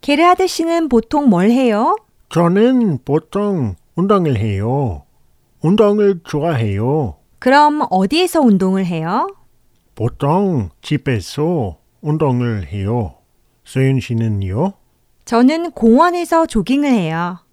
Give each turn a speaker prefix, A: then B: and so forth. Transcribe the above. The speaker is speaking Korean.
A: 게르하드 씨는 보통 뭘 해요?
B: 저는 보통 운동을 해요. 운동을 좋아해요.
A: 그럼 어디에서 운동을 해요?
B: 보통 집에서 운동을 해요. 소윤 씨는요?
A: 저는 공원에서 조깅을 해요.